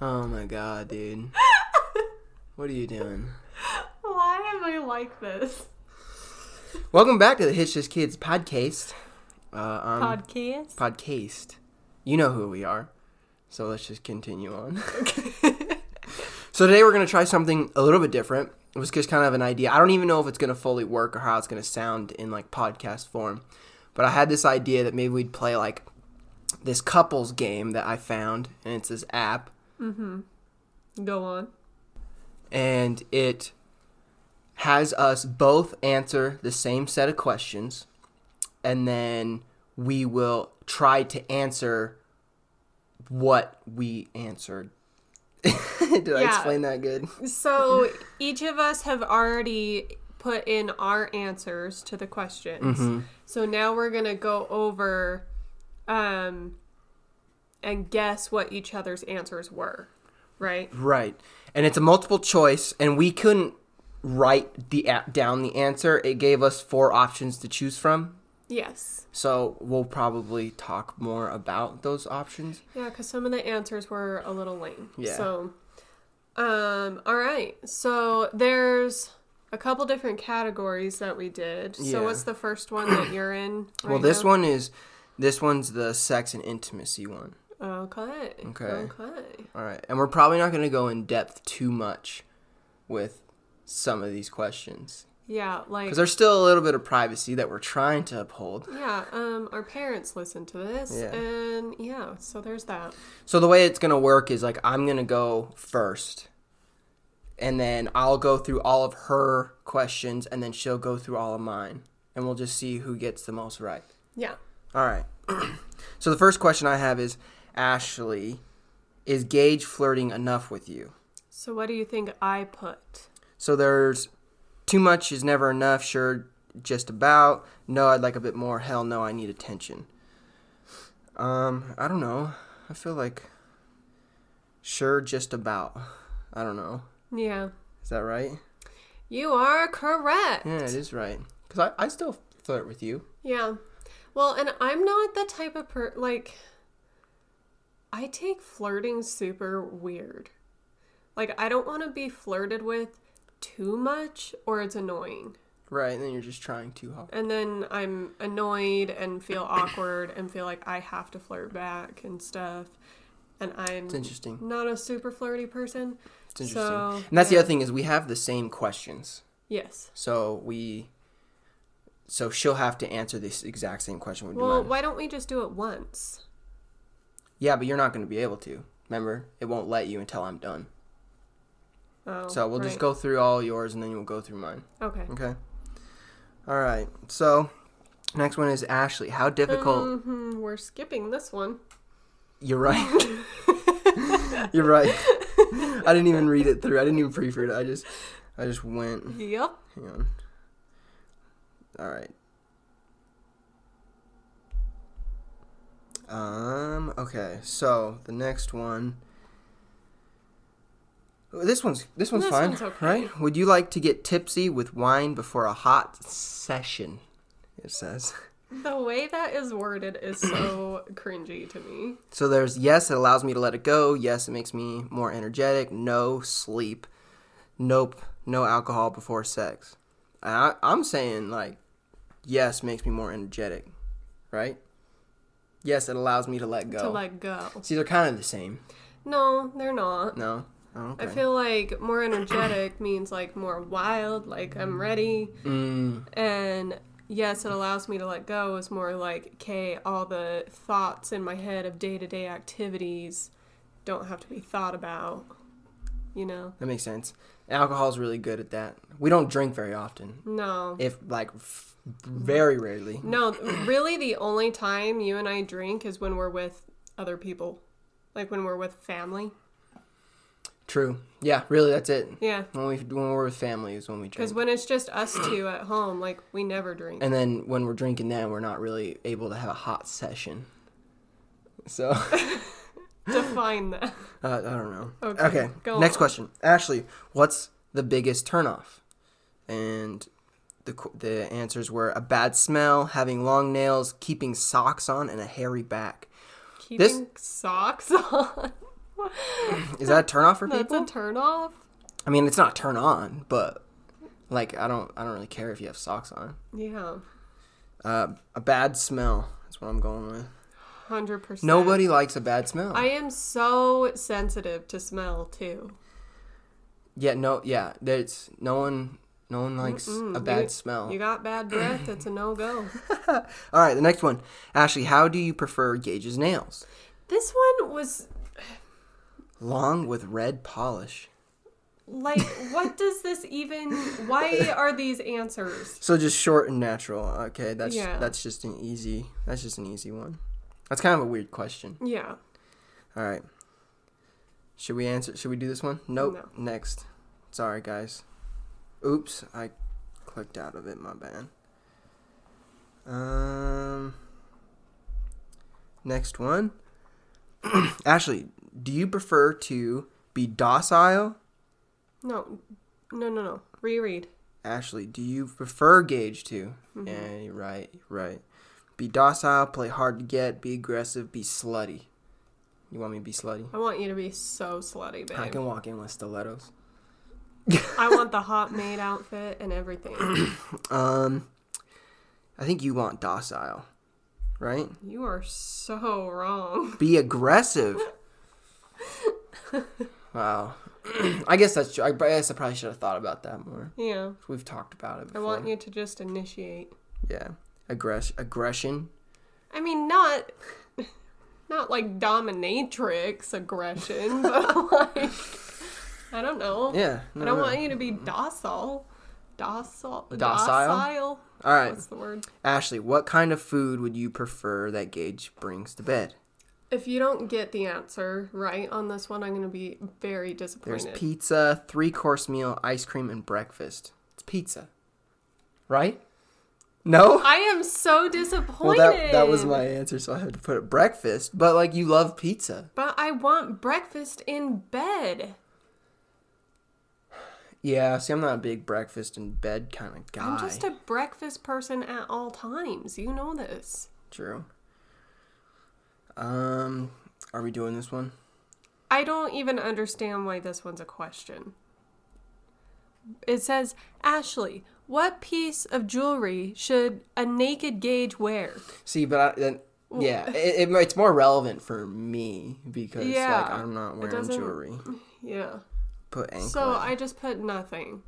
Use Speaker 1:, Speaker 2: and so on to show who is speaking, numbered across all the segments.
Speaker 1: Oh my god, dude. What are you doing?
Speaker 2: Why am I like this?
Speaker 1: Welcome back to the Hitch This Kids podcast. Uh, um,
Speaker 2: Hmm. Podcast.
Speaker 1: podcast. You know who we are. So let's just continue on. so today we're going to try something a little bit different. It was just kind of an idea. I don't even know if it's going to fully work or how it's going to sound in like podcast form. But I had this idea that maybe we'd play like this couples game that I found, and it's this app,
Speaker 2: Go on.
Speaker 1: and it has us both answer the same set of questions, and then we will try to answer what we answered. Did I
Speaker 2: Yeah.
Speaker 1: explain that good?
Speaker 2: So each of us have already put in our answers to the questions. So now we're gonna go over um and guess what each other's answers were. Right?
Speaker 1: Right. And it's a multiple choice, and we couldn't write the app down the answer. It gave us four options to choose from.
Speaker 2: Yes.
Speaker 1: So we'll probably talk more about those options.
Speaker 2: Yeah, because some of the answers were a little lame.
Speaker 1: Yeah.
Speaker 2: So um all right. So there's a couple different categories that we did.
Speaker 1: Yeah.
Speaker 2: So what's the first one that you're in?
Speaker 1: well,
Speaker 2: right
Speaker 1: this
Speaker 2: now?
Speaker 1: one is this one's the sex and intimacy one.
Speaker 2: Okay.
Speaker 1: Okay.
Speaker 2: Okay.
Speaker 1: All right. And we're probably not going to go in depth too much with some of these questions
Speaker 2: Yeah, like
Speaker 1: because there's still a little bit of privacy that we're trying to uphold.
Speaker 2: yeah, um our parents listen to this
Speaker 1: Yeah.
Speaker 2: and yeah, so there's that.
Speaker 1: So the way it's going to work is like I'm going to go first. And then I'll go through all of her questions and then she'll go through all of mine and we'll just see who gets the most right.
Speaker 2: Yeah.
Speaker 1: All right. so the first question I have is Ashley, is Gage flirting enough with you?
Speaker 2: So what do you think I put?
Speaker 1: So there's too much is never enough, sure, just about. No, I'd like a bit more. Hell no, I need attention. Um, I don't know. I feel like sure, just about. I don't know.
Speaker 2: Yeah.
Speaker 1: Is that right?
Speaker 2: You are correct.
Speaker 1: Yeah, it is right. Because I, I still flirt with you.
Speaker 2: Yeah. Well, and I'm not the type of per like I take flirting super weird. Like I don't want to be flirted with too much or it's annoying.
Speaker 1: Right, and then you're just trying too hard.
Speaker 2: And then I'm annoyed and feel awkward and feel like I have to flirt back and stuff. And I'm
Speaker 1: It's interesting.
Speaker 2: not a super flirty person.
Speaker 1: It's interesting.
Speaker 2: So,
Speaker 1: and that's
Speaker 2: yeah.
Speaker 1: the other thing is we have the same questions.
Speaker 2: Yes.
Speaker 1: So we. So she'll have to answer this exact same question. Would you
Speaker 2: Well,
Speaker 1: mind?
Speaker 2: why don't we just do it once?
Speaker 1: Yeah, but you're not going to be able to. Remember, it won't let you until I'm done.
Speaker 2: Oh,
Speaker 1: so we'll just
Speaker 2: right.
Speaker 1: go through all yours and then we'll go through mine.
Speaker 2: Okay.
Speaker 1: Okay. All right. So next one is Ashley. How difficult?
Speaker 2: hmm we're skipping this one.
Speaker 1: You're right. you're right. I didn't even read it through. I didn't even pre-read it. I just, I just went.
Speaker 2: Yep.
Speaker 1: Hang on. All right. Um. Okay. So the next one. This one's this one's
Speaker 2: This
Speaker 1: fine,
Speaker 2: one's okay.
Speaker 1: right? Would you like to get tipsy with wine before a hot session? It says.
Speaker 2: The way that is worded is so cringy to me.
Speaker 1: So there's yes, it allows me to let it go. Yes, it makes me more energetic. No sleep. Nope. No alcohol before sex. And I, I'm saying like yes makes me more energetic, right? Yes, it allows me to let go.
Speaker 2: To let go.
Speaker 1: See, they're kind of the same.
Speaker 2: No, they're not.
Speaker 1: No. Oh, okay.
Speaker 2: I feel like more energetic means like more wild, like I'm ready.
Speaker 1: Mm,
Speaker 2: And yes, it allows me to let go is more like, okay, all the thoughts in my head of day to day activities don't have to be thought about, you know?
Speaker 1: that makes sense. Alcohol's really good at that. We don't drink very often.
Speaker 2: No.
Speaker 1: If like f- very rarely.
Speaker 2: No, really, the only time you and I drink is when we're with other people, like when we're with family.
Speaker 1: True. Yeah, really that's it.
Speaker 2: Yeah.
Speaker 1: When we when we're with family is when we drink.
Speaker 2: Because when it's just us two at home, like we never drink.
Speaker 1: And then when we're drinking that, we're not really able to have a hot session. So
Speaker 2: Define that.
Speaker 1: uh, I don't know.
Speaker 2: Okay, go
Speaker 1: Next
Speaker 2: on.
Speaker 1: question, Ashley. What's the biggest turnoff? And the qu- the answers were a bad smell, having long nails, keeping socks on, and a hairy back.
Speaker 2: Keeping socks on.
Speaker 1: Is that a turnoff for
Speaker 2: That's
Speaker 1: people?
Speaker 2: a turn off.
Speaker 1: I mean, it's not turn on, but like I don't I don't really care if you have socks on.
Speaker 2: Yeah,
Speaker 1: Uh, a bad smell is what I'm going with.
Speaker 2: hundred percent.
Speaker 1: Nobody likes a bad smell.
Speaker 2: I am so sensitive to smell too.
Speaker 1: yeah, no, yeah. There's no one, no one likes a bad
Speaker 2: You-
Speaker 1: smell.
Speaker 2: You got bad breath. It's a no go.
Speaker 1: All right, the next one, Ashley. How do you prefer Gage's nails?
Speaker 2: this one was
Speaker 1: Long with red polish.
Speaker 2: like, what does this even? Why are these answers?
Speaker 1: So just short and natural. Okay, that's
Speaker 2: Yeah.
Speaker 1: that's just an easy. That's just an easy one. That's kind of a weird question.
Speaker 2: Yeah.
Speaker 1: All right. Should we answer? Should we do this one? Nope.
Speaker 2: No.
Speaker 1: Next. Sorry, guys. Oops, I clicked out of it. My bad. Um. Next one. Ashley, do you prefer to be docile?
Speaker 2: No. No. No. No. Reread.
Speaker 1: Ashley, do you prefer Gage to? Yeah, you're right, you're right. Be docile, play hard to get, be aggressive, be slutty. You want me to be slutty?
Speaker 2: I want you to be so slutty, babe.
Speaker 1: I can walk in with stilettos.
Speaker 2: I want the hot maid outfit and everything.
Speaker 1: Um, I think you want docile, right?
Speaker 2: you are so wrong.
Speaker 1: Be aggressive. wow. I guess that's true. I guess I probably should have thought about that more.
Speaker 2: Yeah.
Speaker 1: We've talked about it
Speaker 2: I
Speaker 1: before.
Speaker 2: want you to just initiate.
Speaker 1: Yeah. Aggress- aggression.
Speaker 2: I mean, not not like dominatrix aggression, but like I don't know.
Speaker 1: Yeah.
Speaker 2: I
Speaker 1: no,
Speaker 2: don't
Speaker 1: no.
Speaker 2: want you to be docile. Docile. Docile.
Speaker 1: All right.
Speaker 2: What's the word?
Speaker 1: Ashley, what kind of food would you prefer that Gage brings to bed?
Speaker 2: If you don't get the answer right on this one, I'm going to be very disappointed.
Speaker 1: There's pizza, three course meal, ice cream, and breakfast. It's pizza. Right? No?
Speaker 2: I am so disappointed.
Speaker 1: Well, that, that was my answer, so I had to put it breakfast. But, like, you love pizza.
Speaker 2: But I want breakfast in bed.
Speaker 1: Yeah, see, I'm not a big breakfast in bed kind of guy.
Speaker 2: I'm just a breakfast person at all times. You know this.
Speaker 1: True. Um, are we doing this one?
Speaker 2: I don't even understand why this one's a question. It says, Ashley, what piece of jewelry should a naked gauge wear?
Speaker 1: See, but I, then, yeah, it, it, it's more relevant for me because, like,
Speaker 2: Yeah,
Speaker 1: I'm not
Speaker 2: it
Speaker 1: wearing
Speaker 2: doesn't-
Speaker 1: jewelry.
Speaker 2: Yeah.
Speaker 1: Put ankle.
Speaker 2: So I just put nothing.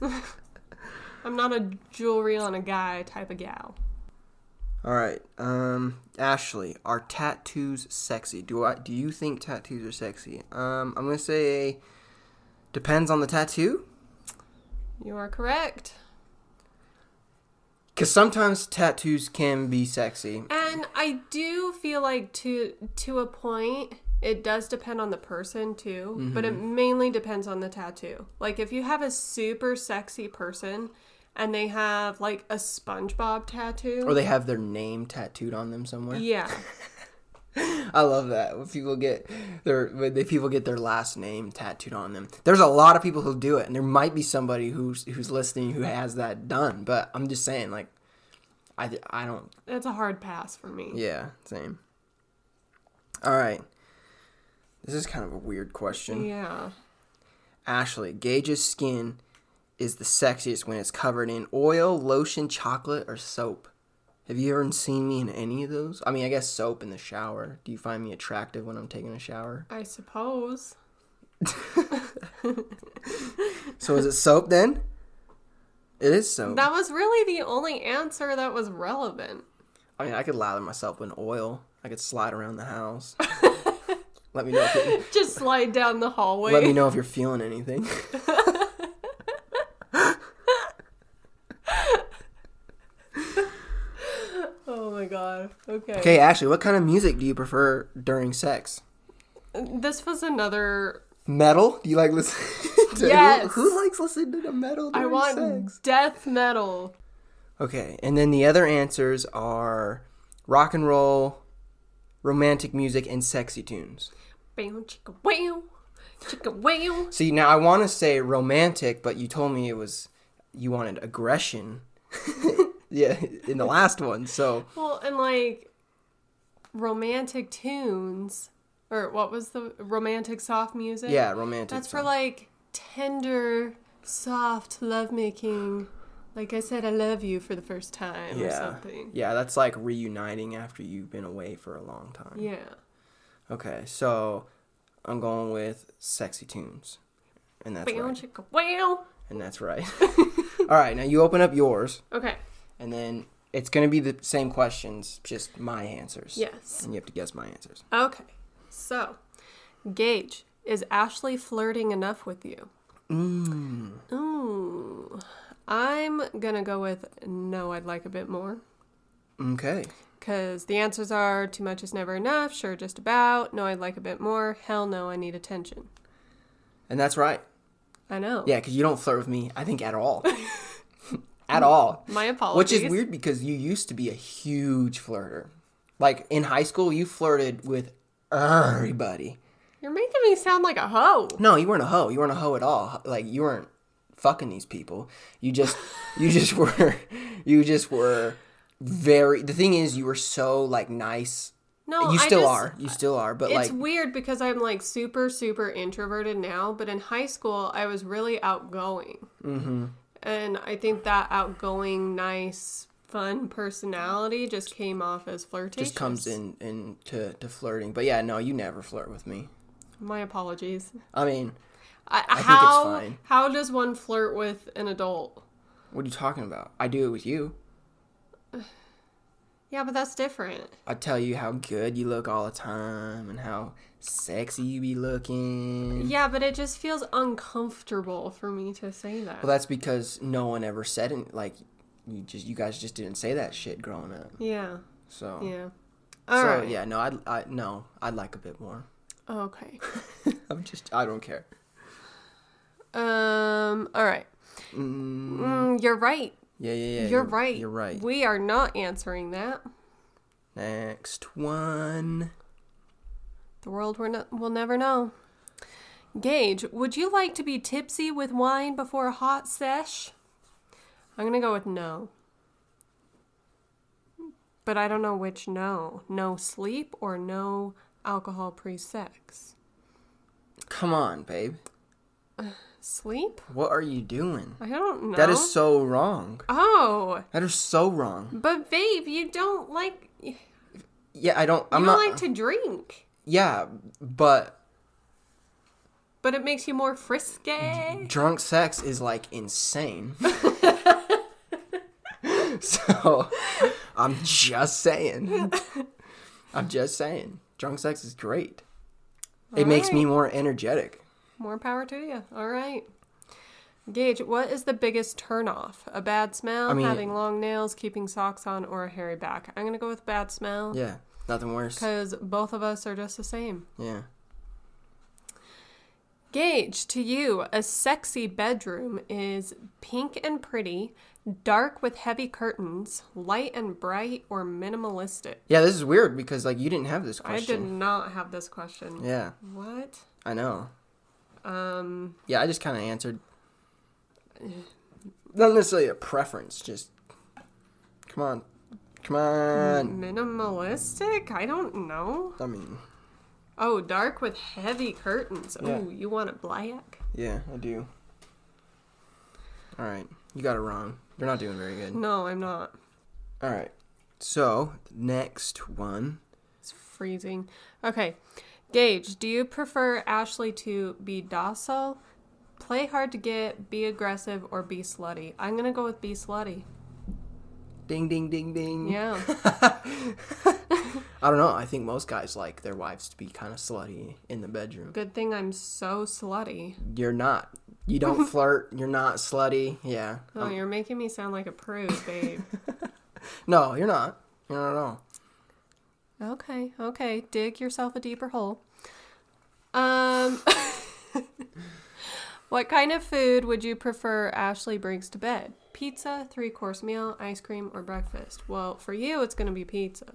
Speaker 2: I'm not a jewelry on a guy type of gal.
Speaker 1: All right, um, Ashley, are tattoos sexy? Do I do you think tattoos are sexy? Um, I'm gonna say depends on the tattoo,
Speaker 2: You are correct.
Speaker 1: because sometimes tattoos can be sexy.
Speaker 2: And I do feel like to to a point it does depend on the person too, but it
Speaker 1: Mm-hmm.
Speaker 2: mainly depends on the tattoo. Like if you have a super sexy person and they have like a SpongeBob tattoo,
Speaker 1: Or they have their name tattooed on them somewhere.
Speaker 2: yeah,
Speaker 1: I love that when people get their when they, people get their last name tattooed on them. There's a lot of people who do it, and there might be somebody who's who's listening who has that done. But I'm just saying, like, I I don't
Speaker 2: that's a hard pass for me.
Speaker 1: Yeah, same. All right. This is kind of a weird question.
Speaker 2: Yeah.
Speaker 1: Ashley, Gage's skin is the sexiest when it's covered in oil, lotion, chocolate, or soap. Have you ever seen me in any of those? I mean, I guess soap in the shower. Do you find me attractive when I'm taking a shower?
Speaker 2: I suppose.
Speaker 1: So is it soap then? It is soap.
Speaker 2: That was really the only answer that was relevant.
Speaker 1: I mean, I could lather myself in oil. I could slide around the house. let me know. If it,
Speaker 2: Just slide down the hallway.
Speaker 1: let me know if you're feeling anything.
Speaker 2: Oh my god.
Speaker 1: Okay, Ashley, what kind of music do you prefer during sex?
Speaker 2: This was another
Speaker 1: Metal? Do you like listen? to
Speaker 2: Yes.
Speaker 1: Who, who likes listening to the metal
Speaker 2: I
Speaker 1: during
Speaker 2: want
Speaker 1: sex?
Speaker 2: death metal.
Speaker 1: Okay, and then the other answers are rock and roll, romantic music, and sexy tunes.
Speaker 2: Bam, chicka wow, chicka wow.
Speaker 1: See, now I want to say romantic, but you told me it was you wanted aggression. yeah, in the last one. So
Speaker 2: Well, and like romantic tunes or what was the romantic soft music?
Speaker 1: Yeah, romantic.
Speaker 2: That's for
Speaker 1: song.
Speaker 2: like tender, soft lovemaking. Like I said, I love you for the first time or
Speaker 1: yeah.
Speaker 2: something.
Speaker 1: Yeah, that's like reuniting after you've been away for a long time.
Speaker 2: Yeah.
Speaker 1: Okay, so I'm going with sexy tunes. And that's
Speaker 2: Wow,
Speaker 1: right.
Speaker 2: chicka, wow.
Speaker 1: And that's right. All right, now you open up yours
Speaker 2: Okay.
Speaker 1: and then it's going to be the same questions, just my answers.
Speaker 2: Yes.
Speaker 1: And you have to guess my answers.
Speaker 2: Okay. So, Gage, is Ashley flirting enough with you? Mm. Ooh. I'm going to go with no, I'd like a bit more.
Speaker 1: Okay.
Speaker 2: Because the answers are too much is never enough, sure, just about, no, I'd like a bit more, hell no, I need attention.
Speaker 1: And that's right.
Speaker 2: I know.
Speaker 1: Yeah, cuz you don't flirt with me I think at all. at all.
Speaker 2: My apologies.
Speaker 1: Which is weird because you used to be a huge flirter. Like in high school you flirted with everybody.
Speaker 2: You're making me sound like a hoe.
Speaker 1: No, you weren't a hoe. You weren't a hoe at all. Like you weren't fucking these people. You just you just were you just were very the thing is you were so like nice.
Speaker 2: No,
Speaker 1: you
Speaker 2: Oh, I
Speaker 1: still
Speaker 2: just-
Speaker 1: are. You still are, but
Speaker 2: It's
Speaker 1: like
Speaker 2: weird because I'm like super, super introverted now, but in high school, I was really outgoing. Mm-hmm. And I think that outgoing, nice, fun personality just came off as flirtatious.
Speaker 1: just comes in in to, to flirting. But yeah, no, you never flirt with me.
Speaker 2: My apologies.
Speaker 1: I mean,
Speaker 2: I,
Speaker 1: it's
Speaker 2: how,
Speaker 1: fine.
Speaker 2: How does one flirt with an adult?
Speaker 1: what are you talking about? I do it with you.
Speaker 2: Yeah, but that's different.
Speaker 1: I tell you how good you look all the time and how sexy you be looking.
Speaker 2: Yeah, but it just feels uncomfortable for me to say that.
Speaker 1: Well, that's because no one ever said it. Like, you just you guys just didn't say that shit growing up.
Speaker 2: yeah,
Speaker 1: So
Speaker 2: yeah. All
Speaker 1: so
Speaker 2: right. Oh,
Speaker 1: yeah, no, I'd I no, I'd like a bit more.
Speaker 2: Okay.
Speaker 1: I'm just I don't care.
Speaker 2: Um. All right.
Speaker 1: Mm,
Speaker 2: Mm, you're right.
Speaker 1: yeah, yeah, yeah.
Speaker 2: You're, right.
Speaker 1: You're right.
Speaker 2: We are not answering that.
Speaker 1: Next one.
Speaker 2: The world we're not, will never know. Gage, would you like to be tipsy with wine before a hot sesh? I'm gonna go with no. But I don't know which no. No sleep or no alcohol pre sex.
Speaker 1: Come on, babe.
Speaker 2: Sleep?
Speaker 1: What are you doing?
Speaker 2: I don't know.
Speaker 1: That is so wrong.
Speaker 2: Oh,
Speaker 1: That is so wrong.
Speaker 2: but babe, you don't like. You
Speaker 1: Yeah, I don't. I'm
Speaker 2: don't
Speaker 1: not.
Speaker 2: like to drink.
Speaker 1: yeah, but
Speaker 2: But it makes you more frisky.
Speaker 1: drunk sex is like insane. so, I'm just saying. I'm just saying. Drunk sex is great. It makes me more energetic.
Speaker 2: More power to you. All right. Gage, what is the biggest turnoff? A bad smell,
Speaker 1: I mean-
Speaker 2: having long nails, keeping socks on, or a hairy back? I'm going to go with bad smell
Speaker 1: Yeah, nothing worse.
Speaker 2: because both of us are just the same.
Speaker 1: Yeah.
Speaker 2: Gage, to you, a sexy bedroom is pink and pretty, dark with heavy curtains, light and bright, or minimalistic?
Speaker 1: Yeah, this is weird because like you didn't have this
Speaker 2: I did
Speaker 1: question.
Speaker 2: not have this question.
Speaker 1: Yeah,
Speaker 2: What?
Speaker 1: I know.
Speaker 2: Um,
Speaker 1: Yeah, I just kind of answered. Not necessarily a preference, just come on, come on.
Speaker 2: minimalistic? I don't know.
Speaker 1: I mean,
Speaker 2: Oh, dark with heavy curtains. Oh,
Speaker 1: Yeah.
Speaker 2: you want it black?
Speaker 1: yeah, I do. All right, you got it wrong. You're not doing very good.
Speaker 2: No, I'm not.
Speaker 1: All right, so next one.
Speaker 2: It's freezing. Okay. Gage, do you prefer Ashley to be docile, play hard to get, be aggressive, or be slutty? I'm going to go with be slutty.
Speaker 1: Ding, ding, ding, ding.
Speaker 2: Yeah.
Speaker 1: I don't know. I think most guys like their wives to be kind of slutty in the bedroom.
Speaker 2: Good thing I'm so slutty.
Speaker 1: You're not. You don't flirt. You're not slutty. Yeah.
Speaker 2: Oh, you're making me sound like a prude, babe.
Speaker 1: No, you're not. You're not at all.
Speaker 2: okay, okay. Dig yourself a deeper hole. Um. What kind of food would you prefer Ashley brings to bed? Pizza, three course meal, ice cream, or breakfast? Well, for you, it's going to be pizza.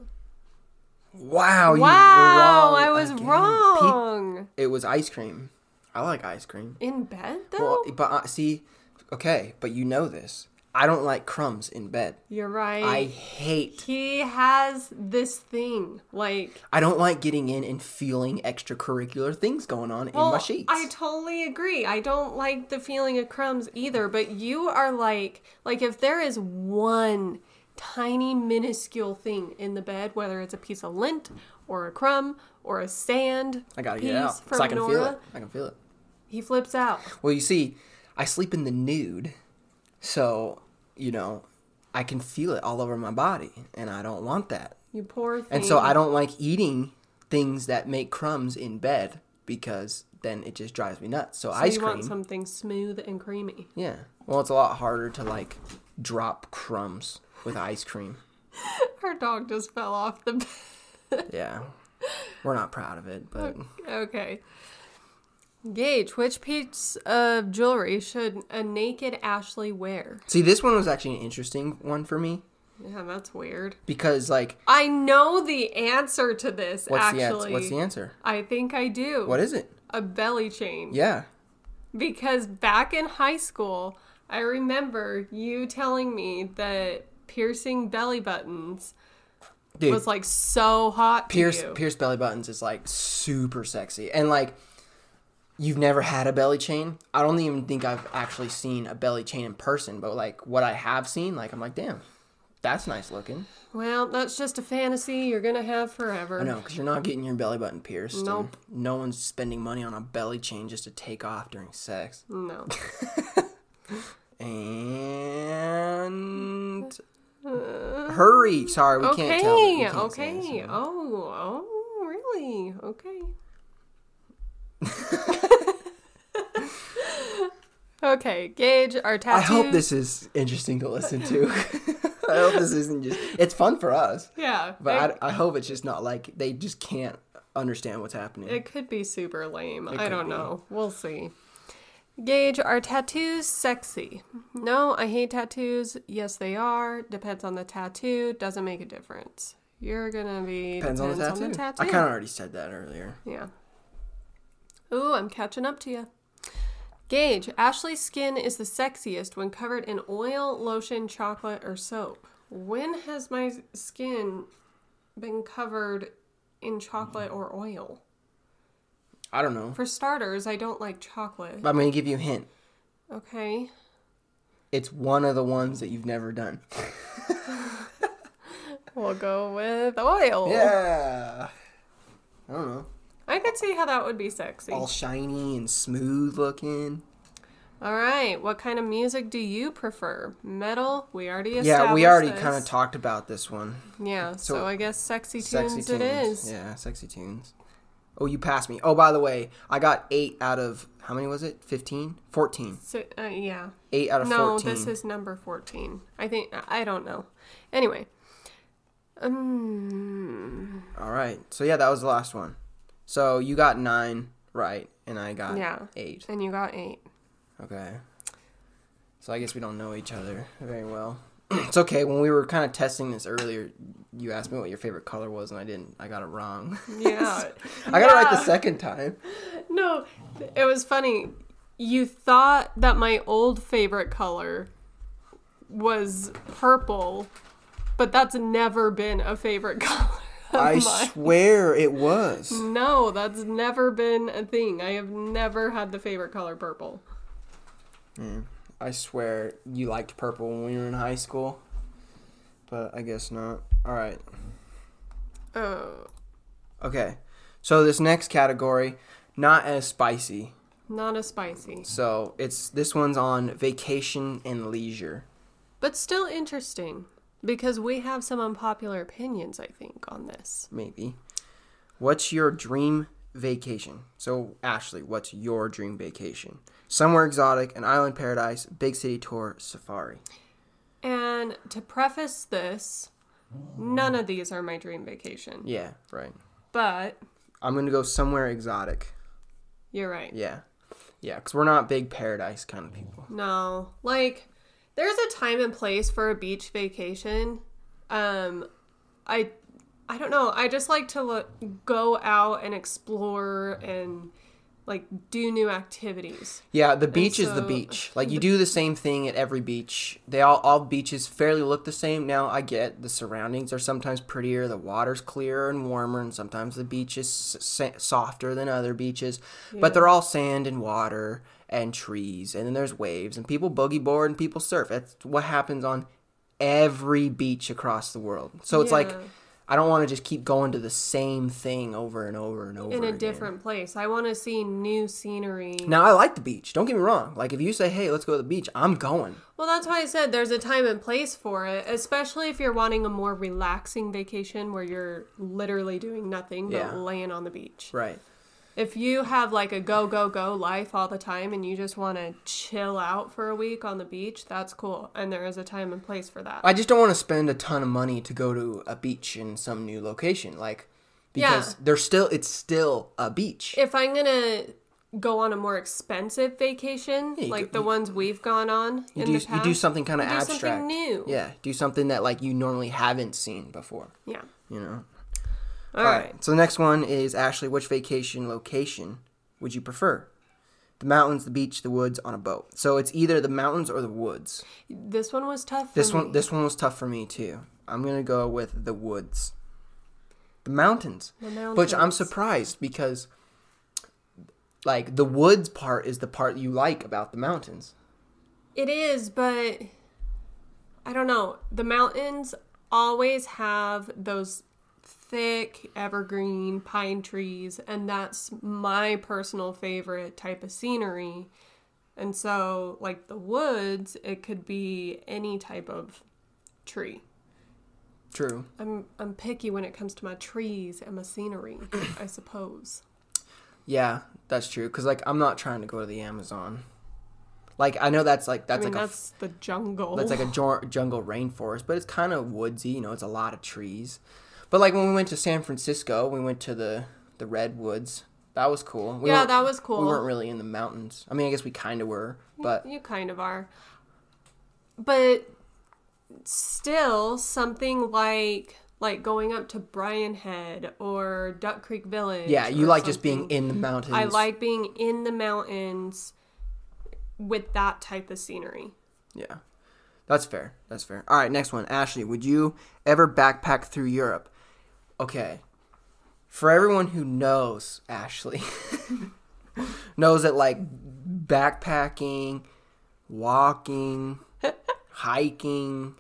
Speaker 2: wow,
Speaker 1: Wow. you were Mm, wrong
Speaker 2: I was
Speaker 1: again.
Speaker 2: wrong.
Speaker 1: Pe- it was ice cream. I like ice cream.
Speaker 2: In bed, though?
Speaker 1: Well, but uh, see, okay, but you know this. I don't like crumbs in bed.
Speaker 2: You're right.
Speaker 1: I hate.
Speaker 2: he has this thing like
Speaker 1: I don't like getting in and feeling extracurricular things going on in my sheets.
Speaker 2: I totally agree. I don't like the feeling of crumbs either, but you are like like if there is one tiny minuscule thing in the bed, whether it's a piece of lint or a crumb or a sand
Speaker 1: I gotta
Speaker 2: piece
Speaker 1: get out.
Speaker 2: from
Speaker 1: So I can
Speaker 2: Nora,
Speaker 1: feel it. I can feel it.
Speaker 2: he flips out.
Speaker 1: Well, you see, I sleep in the nude, so you know, I can feel it all over my body, and I don't want that.
Speaker 2: You poor thing.
Speaker 1: And so I don't like eating things that make crumbs in bed because then it just drives me nuts. So,
Speaker 2: so
Speaker 1: ice
Speaker 2: you
Speaker 1: cream.
Speaker 2: want something smooth and creamy.
Speaker 1: yeah. Well, it's a lot harder to like drop crumbs with ice cream.
Speaker 2: Her dog just fell off the bed.
Speaker 1: Yeah. We're not proud of it, but
Speaker 2: okay. Gage, which piece of jewelry should a naked Ashley wear?
Speaker 1: see, this one was actually an interesting one for me
Speaker 2: Yeah, that's weird.
Speaker 1: because, like,
Speaker 2: I know the answer to this.
Speaker 1: what's
Speaker 2: actually,
Speaker 1: the answer? What's the answer?
Speaker 2: I think I do.
Speaker 1: What is it?
Speaker 2: a belly chain?
Speaker 1: Yeah.
Speaker 2: Because back in high school, I remember you telling me that piercing belly buttons
Speaker 1: Dude,
Speaker 2: was like so hot to
Speaker 1: pierce
Speaker 2: you.
Speaker 1: pierce belly buttons is like super sexy and like you've never had a belly chain i don't even think i've actually seen a belly chain in person but like what i have seen like i'm like damn that's nice looking
Speaker 2: well, that's just a fantasy you're gonna have forever.
Speaker 1: i know because you're not getting your belly button pierced and
Speaker 2: Nope.
Speaker 1: no one's spending money on a belly chain just to take off during sex
Speaker 2: No.
Speaker 1: and hurry sorry we can't tell that- we
Speaker 2: Uh, Okay.
Speaker 1: can't say
Speaker 2: Okay.
Speaker 1: this.
Speaker 2: Oh. Oh. Really? Okay. okay, Gage, our tattoo.
Speaker 1: I hope this is interesting to listen to. I hope this isn't just. It's fun for us,
Speaker 2: Yeah. it,
Speaker 1: but I, I hope it's just not like they just can't understand what's happening.
Speaker 2: it could be super lame. I
Speaker 1: could
Speaker 2: don't
Speaker 1: be.
Speaker 2: know. We'll see. Gage, are tattoos sexy? No, I hate tattoos. Yes, they are. Depends on the tattoo. Doesn't make a difference. You're gonna be
Speaker 1: depends, on, the tattoo. I kind of already said that earlier.
Speaker 2: Yeah. Ooh, I'm catching up to you. Gage, Ashley's skin is the sexiest when covered in oil, lotion, chocolate, or soap. When has my s- skin been covered in chocolate or oil?
Speaker 1: I don't know.
Speaker 2: For starters, I don't like chocolate.
Speaker 1: But I'm gonna give you a hint.
Speaker 2: Okay.
Speaker 1: It's one of the ones that you've never done.
Speaker 2: We'll go with oil.
Speaker 1: Yeah. I don't know.
Speaker 2: I could see how that would be sexy.
Speaker 1: All shiny and smooth looking.
Speaker 2: All right. What kind of music do you prefer? Metal? We already established
Speaker 1: Yeah, we already
Speaker 2: this.
Speaker 1: kind of talked about this one.
Speaker 2: Yeah, so, I guess sexy tunes
Speaker 1: Sexy tunes.
Speaker 2: it is.
Speaker 1: Yeah, sexy tunes. Oh, you passed me. Oh, by the way, I got 8 out of how many was it? 15? 14.
Speaker 2: So, uh, yeah.
Speaker 1: 8 out of
Speaker 2: No,
Speaker 1: 14.
Speaker 2: this is number 14. I think, I don't know. Anyway. Um,
Speaker 1: All right. So yeah, that was the last one. So you got 9 right and I got
Speaker 2: Yeah.
Speaker 1: 8.
Speaker 2: and you got eight.
Speaker 1: Okay. So I guess we don't know each other very well. it's okay. When we were kind of testing this earlier, you asked me what your favorite color was and I didn't. I got it wrong.
Speaker 2: Yeah.
Speaker 1: I got it right the
Speaker 2: Yeah.
Speaker 1: second time.
Speaker 2: no, it was funny. You thought that my old favorite color was purple, but that's never been a favorite color. of
Speaker 1: I
Speaker 2: mine.
Speaker 1: swear it was.
Speaker 2: No, that's never been a thing. I have never had the favorite color purple.
Speaker 1: I swear you liked purple when we were in high school, but I guess not. All right.
Speaker 2: Oh,
Speaker 1: Okay. So this next category, not as spicy.
Speaker 2: not as spicy,
Speaker 1: So it's this one's on vacation and leisure.
Speaker 2: but still interesting because we have some unpopular opinions, I think, on this.
Speaker 1: Maybe. What's your dream vacation? So Ashley, what's your dream vacation? Somewhere exotic, an island paradise, big city tour, safari.
Speaker 2: And to preface this, none of these are my dream vacation,
Speaker 1: Yeah, right.
Speaker 2: but
Speaker 1: I'm gonna go somewhere exotic.
Speaker 2: you're right.
Speaker 1: Yeah, yeah, because we're not big paradise kind of people.
Speaker 2: No, like there's a time and place for a beach vacation. Um, I, I don't know. I just like to look, go out and explore and like do new activities.
Speaker 1: Yeah, the beach is the
Speaker 2: so- uh,
Speaker 1: beach. Like you do the same thing at every beach. They all all beaches fairly look the same. Now I get the surroundings are sometimes prettier, the water's clearer and warmer, and sometimes the beach is sa- softer than other beaches. But they're all sand and water and trees, and then there's waves and people boogie board and people surf. That's what happens on every beach across the world. So it's like
Speaker 2: Yeah.
Speaker 1: I don't want to just keep going to the same thing over and over and over
Speaker 2: in a
Speaker 1: again.
Speaker 2: different place. I want to see new scenery.
Speaker 1: Now I like the beach. Don't get me wrong. Like if you say, "Hey, let's go to the beach," I'm going.
Speaker 2: Well, that's why I said there's a time and place for it, especially if you're wanting a more relaxing vacation where you're literally doing nothing but
Speaker 1: Yeah.
Speaker 2: laying on the beach.
Speaker 1: Right.
Speaker 2: If you have like a go go go life all the time and you just want to chill out for a week on the beach, that's cool. And there is a time and place for that.
Speaker 1: I just don't want to spend a ton of money to go to a beach in some new location, like because
Speaker 2: Yeah.
Speaker 1: there's still it's still a beach.
Speaker 2: if I'm gonna go on a more expensive vacation,
Speaker 1: Yeah, you
Speaker 2: like
Speaker 1: go-
Speaker 2: the ones we've gone on
Speaker 1: you
Speaker 2: in
Speaker 1: do
Speaker 2: the past,
Speaker 1: you do something kind of
Speaker 2: you do something
Speaker 1: abstract,
Speaker 2: new.
Speaker 1: Yeah, do something that like you normally haven't seen before.
Speaker 2: yeah.
Speaker 1: You know.
Speaker 2: All right.
Speaker 1: So the next one is Ashley. Which vacation location would you prefer? The mountains, the beach, the woods, on a boat. So it's either the mountains or the woods.
Speaker 2: This one was tough. For
Speaker 1: This
Speaker 2: me.
Speaker 1: one this one was tough for me too. I'm gonna go with the woods. The mountains.
Speaker 2: The
Speaker 1: Which I'm
Speaker 2: mountains.
Speaker 1: surprised because like the woods part is the part you like about the mountains.
Speaker 2: It is, but I don't know. The mountains always have those thick evergreen pine trees, and that's my personal favorite type of scenery. And so, like the woods, it could be any type of tree.
Speaker 1: True.
Speaker 2: I'm I'm picky when it comes to my trees and my scenery, I suppose.
Speaker 1: Yeah, that's true. Cause like I'm not trying to go to the Amazon. Like I know that's like
Speaker 2: I
Speaker 1: that's
Speaker 2: mean,
Speaker 1: like a
Speaker 2: that's the jungle.
Speaker 1: That's like a jor- jungle rainforest, but it's kind of woodsy. You know, it's a lot of trees. But like when we went to San Francisco, we went to the the redwoods. That was cool. We
Speaker 2: Yeah,
Speaker 1: weren't-
Speaker 2: that was cool.
Speaker 1: We weren't really in the mountains. I mean, I guess we kind of were, but
Speaker 2: You kind of are. But still something like like going up to Bryan Head or Duck Creek Village.
Speaker 1: yeah, you
Speaker 2: or
Speaker 1: like just
Speaker 2: something.
Speaker 1: being in the mountains.
Speaker 2: I like being in the mountains with that type of scenery.
Speaker 1: Yeah, that's fair. That's fair. All right, next one, Ashley. Would you ever backpack through Europe? Okay, for everyone who knows Ashley, knows that like backpacking, walking, hiking,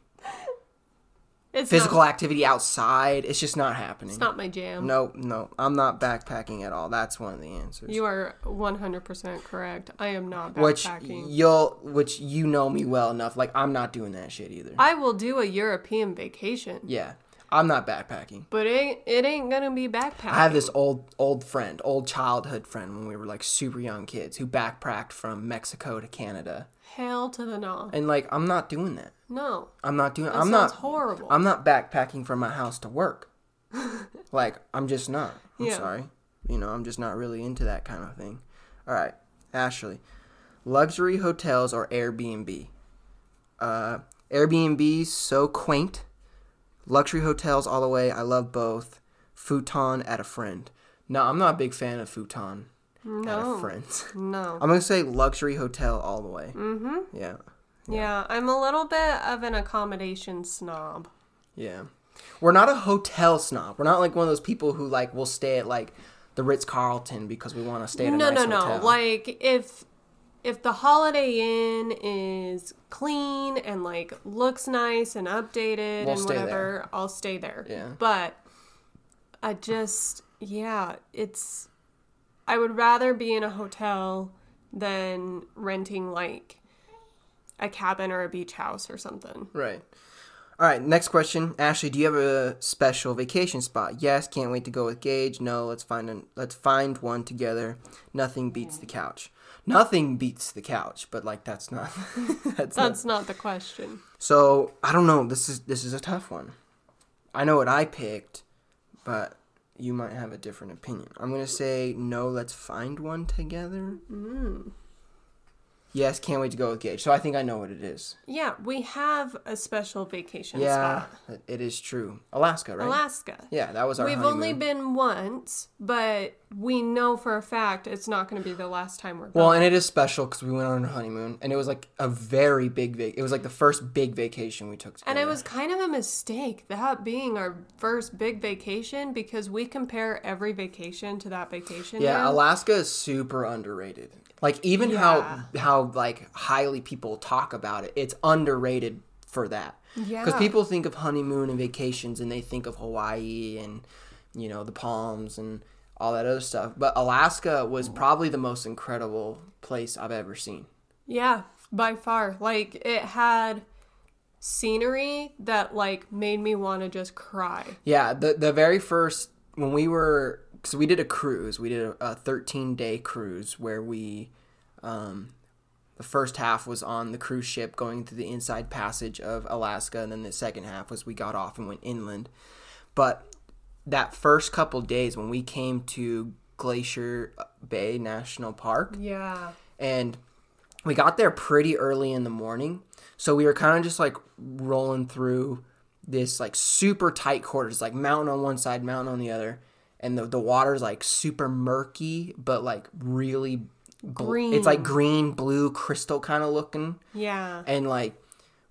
Speaker 2: It's
Speaker 1: physical
Speaker 2: not,
Speaker 1: activity outside, it's just not happening.
Speaker 2: it's not my jam.
Speaker 1: no, no, I'm not backpacking at all. That's one of the answers.
Speaker 2: You are 100% correct. I am not
Speaker 1: which
Speaker 2: backpacking.
Speaker 1: you'll, which you know me well enough. Like I'm not doing that shit either.
Speaker 2: I will do a European vacation,
Speaker 1: yeah, I'm not backpacking.
Speaker 2: but it, it ain't going to be backpacking.
Speaker 1: I have this old old friend, old childhood friend when we were like super young kids who backpacked from Mexico to Canada.
Speaker 2: Hell to the no.
Speaker 1: And like I'm not doing that.
Speaker 2: No.
Speaker 1: I'm not doing
Speaker 2: That
Speaker 1: I'm
Speaker 2: sounds
Speaker 1: not
Speaker 2: horrible.
Speaker 1: I'm not backpacking from my house to work. like I'm just not. I'm
Speaker 2: Yeah.
Speaker 1: sorry. You know, I'm just not really into that kind of thing. All right. Ashley. Luxury hotels or Airbnb? Uh Airbnb's so quaint. Luxury hotels all the way. I love both. Futon at a friend. No, I'm not a big fan of futon at
Speaker 2: No.
Speaker 1: a friend's.
Speaker 2: no.
Speaker 1: I'm gonna say luxury hotel all the way. Mm-hmm. Yeah.
Speaker 2: Yeah, I'm a little bit of an accommodation snob.
Speaker 1: Yeah. We're not a hotel snob. We're not like one of those people who like will stay at like the Ritz Carlton because we want to stay at a
Speaker 2: No,
Speaker 1: nice
Speaker 2: no, no.
Speaker 1: hotel.
Speaker 2: Like if if the Holiday Inn is clean and like looks nice and updated
Speaker 1: We'll
Speaker 2: and
Speaker 1: stay
Speaker 2: whatever, I'll stay there.
Speaker 1: Yeah.
Speaker 2: But I just yeah, it's I would rather be in a hotel than renting like a cabin or a beach house or something.
Speaker 1: right. All right, next question. Ashley, do you have a special vacation spot? Yes, can't wait to go with Gage. No, let's find an, let's find one together. Nothing beats the couch. Nothing beats the couch, but like that's not that's not
Speaker 2: That's not the question.
Speaker 1: So I don't know. This is this is a tough one. I know what I picked, but you might have a different
Speaker 2: Mm.
Speaker 1: opinion. I'm gonna say no. Let's find one together. Yes, can't wait to go with Gage. So I think I know what it is.
Speaker 2: Yeah, we have a special vacation
Speaker 1: Yeah,
Speaker 2: spot.
Speaker 1: it is true. Alaska, right?
Speaker 2: Alaska.
Speaker 1: Yeah, that was our.
Speaker 2: We've
Speaker 1: honeymoon.
Speaker 2: only been once, but we know for a fact it's not going to be the last time we're
Speaker 1: Well,
Speaker 2: going.
Speaker 1: and it is special because we went on our honeymoon, and it was like a very big. Vac- it was like the first big vacation we took. Together.
Speaker 2: And it was kind of a mistake that being our first big vacation because we compare every vacation to that vacation.
Speaker 1: Yeah,
Speaker 2: now.
Speaker 1: Alaska is super underrated. Like even how
Speaker 2: Yeah.
Speaker 1: how like highly people talk about it, it's underrated for that. Because
Speaker 2: Yeah.
Speaker 1: people think of honeymoon and vacations, and they think of Hawaii and you know the palms and all that other stuff. But Alaska was probably the most incredible place I've ever seen.
Speaker 2: Yeah, by far. Like it had scenery that like made me want to just cry.
Speaker 1: Yeah, the the very first when we were so we did a cruise. We did a, a 13 day cruise where we um the first half was on the cruise ship going through the inside passage of Alaska and then the second half was we got off and went inland. But that first couple days when we came to Glacier Bay National Park,
Speaker 2: Yeah.
Speaker 1: and we got there pretty early in the morning so we were kind of just like rolling through this like super tight quarters like mountain on one side mountain on the other and the, the water's like super murky but like really bl- it's like green blue crystal kind of looking
Speaker 2: Yeah.
Speaker 1: and like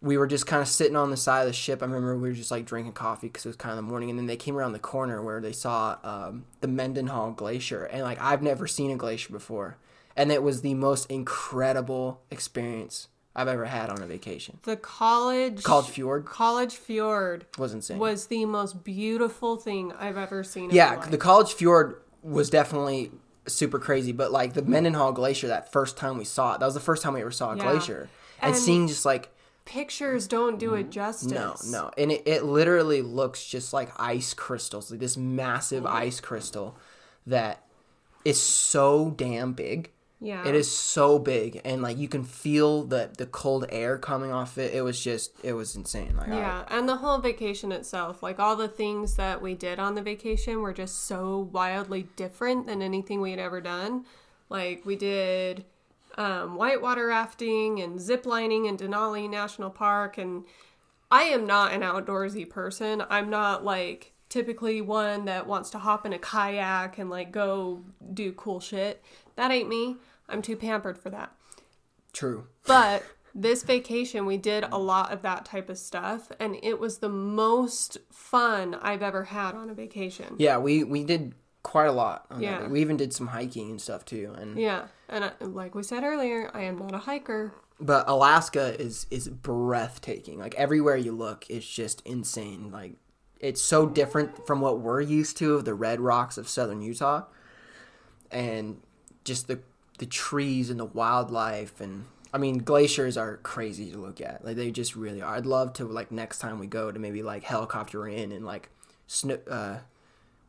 Speaker 1: we were just kind of sitting on the side of the ship. I remember we were just like drinking coffee because it was kind of the morning, and then they came around the corner where they saw um, the Mendenhall Glacier, and like I've never seen a glacier before, and it was the most incredible experience I've ever had on a vacation.
Speaker 2: The college
Speaker 1: Called Fjord
Speaker 2: college fjord
Speaker 1: was insane.
Speaker 2: was the most beautiful thing I've ever seen. in my
Speaker 1: yeah,
Speaker 2: life.
Speaker 1: the College Fjord was definitely super crazy, but like the Mendenhall Glacier, that first time we saw it, that was the first time we ever saw a
Speaker 2: Yeah.
Speaker 1: glacier, and
Speaker 2: And-
Speaker 1: seeing just like
Speaker 2: pictures don't do it justice.
Speaker 1: Mm-hmm. No, no. And it, it literally looks just like ice crystals, like this massive ice crystal that is so damn big.
Speaker 2: Yeah.
Speaker 1: It is so big and like you can feel the the cold air coming off it. It was just it was insane. Like uh, I-
Speaker 2: Yeah, and the whole vacation itself, like all the things that we did on the vacation were just so wildly different than anything we had ever done. Like we did um, whitewater rafting and zip lining in Denali National Park, and I am not an outdoorsy person. I'm not like typically one that wants to hop in a kayak and like go do cool shit. That ain't me. I'm too pampered for that.
Speaker 1: true.
Speaker 2: But this vacation, we did a lot of that type of stuff, and it was the most fun I've ever had on a vacation.
Speaker 1: Yeah, we we did quite a lot. On yeah.
Speaker 2: Yeah.
Speaker 1: We even did some hiking and stuff too. And
Speaker 2: Yeah, and I, like we said earlier, I am not a hiker.
Speaker 1: but Alaska is is breathtaking. Like everywhere you look, it's just insane. Like it's so different from what we're used to of the red rocks of southern Utah, and just the the trees and the wildlife and I mean glaciers are crazy to look at. Like they just really are. I'd love to like next time we go to maybe like helicopter in and like snow. Uh,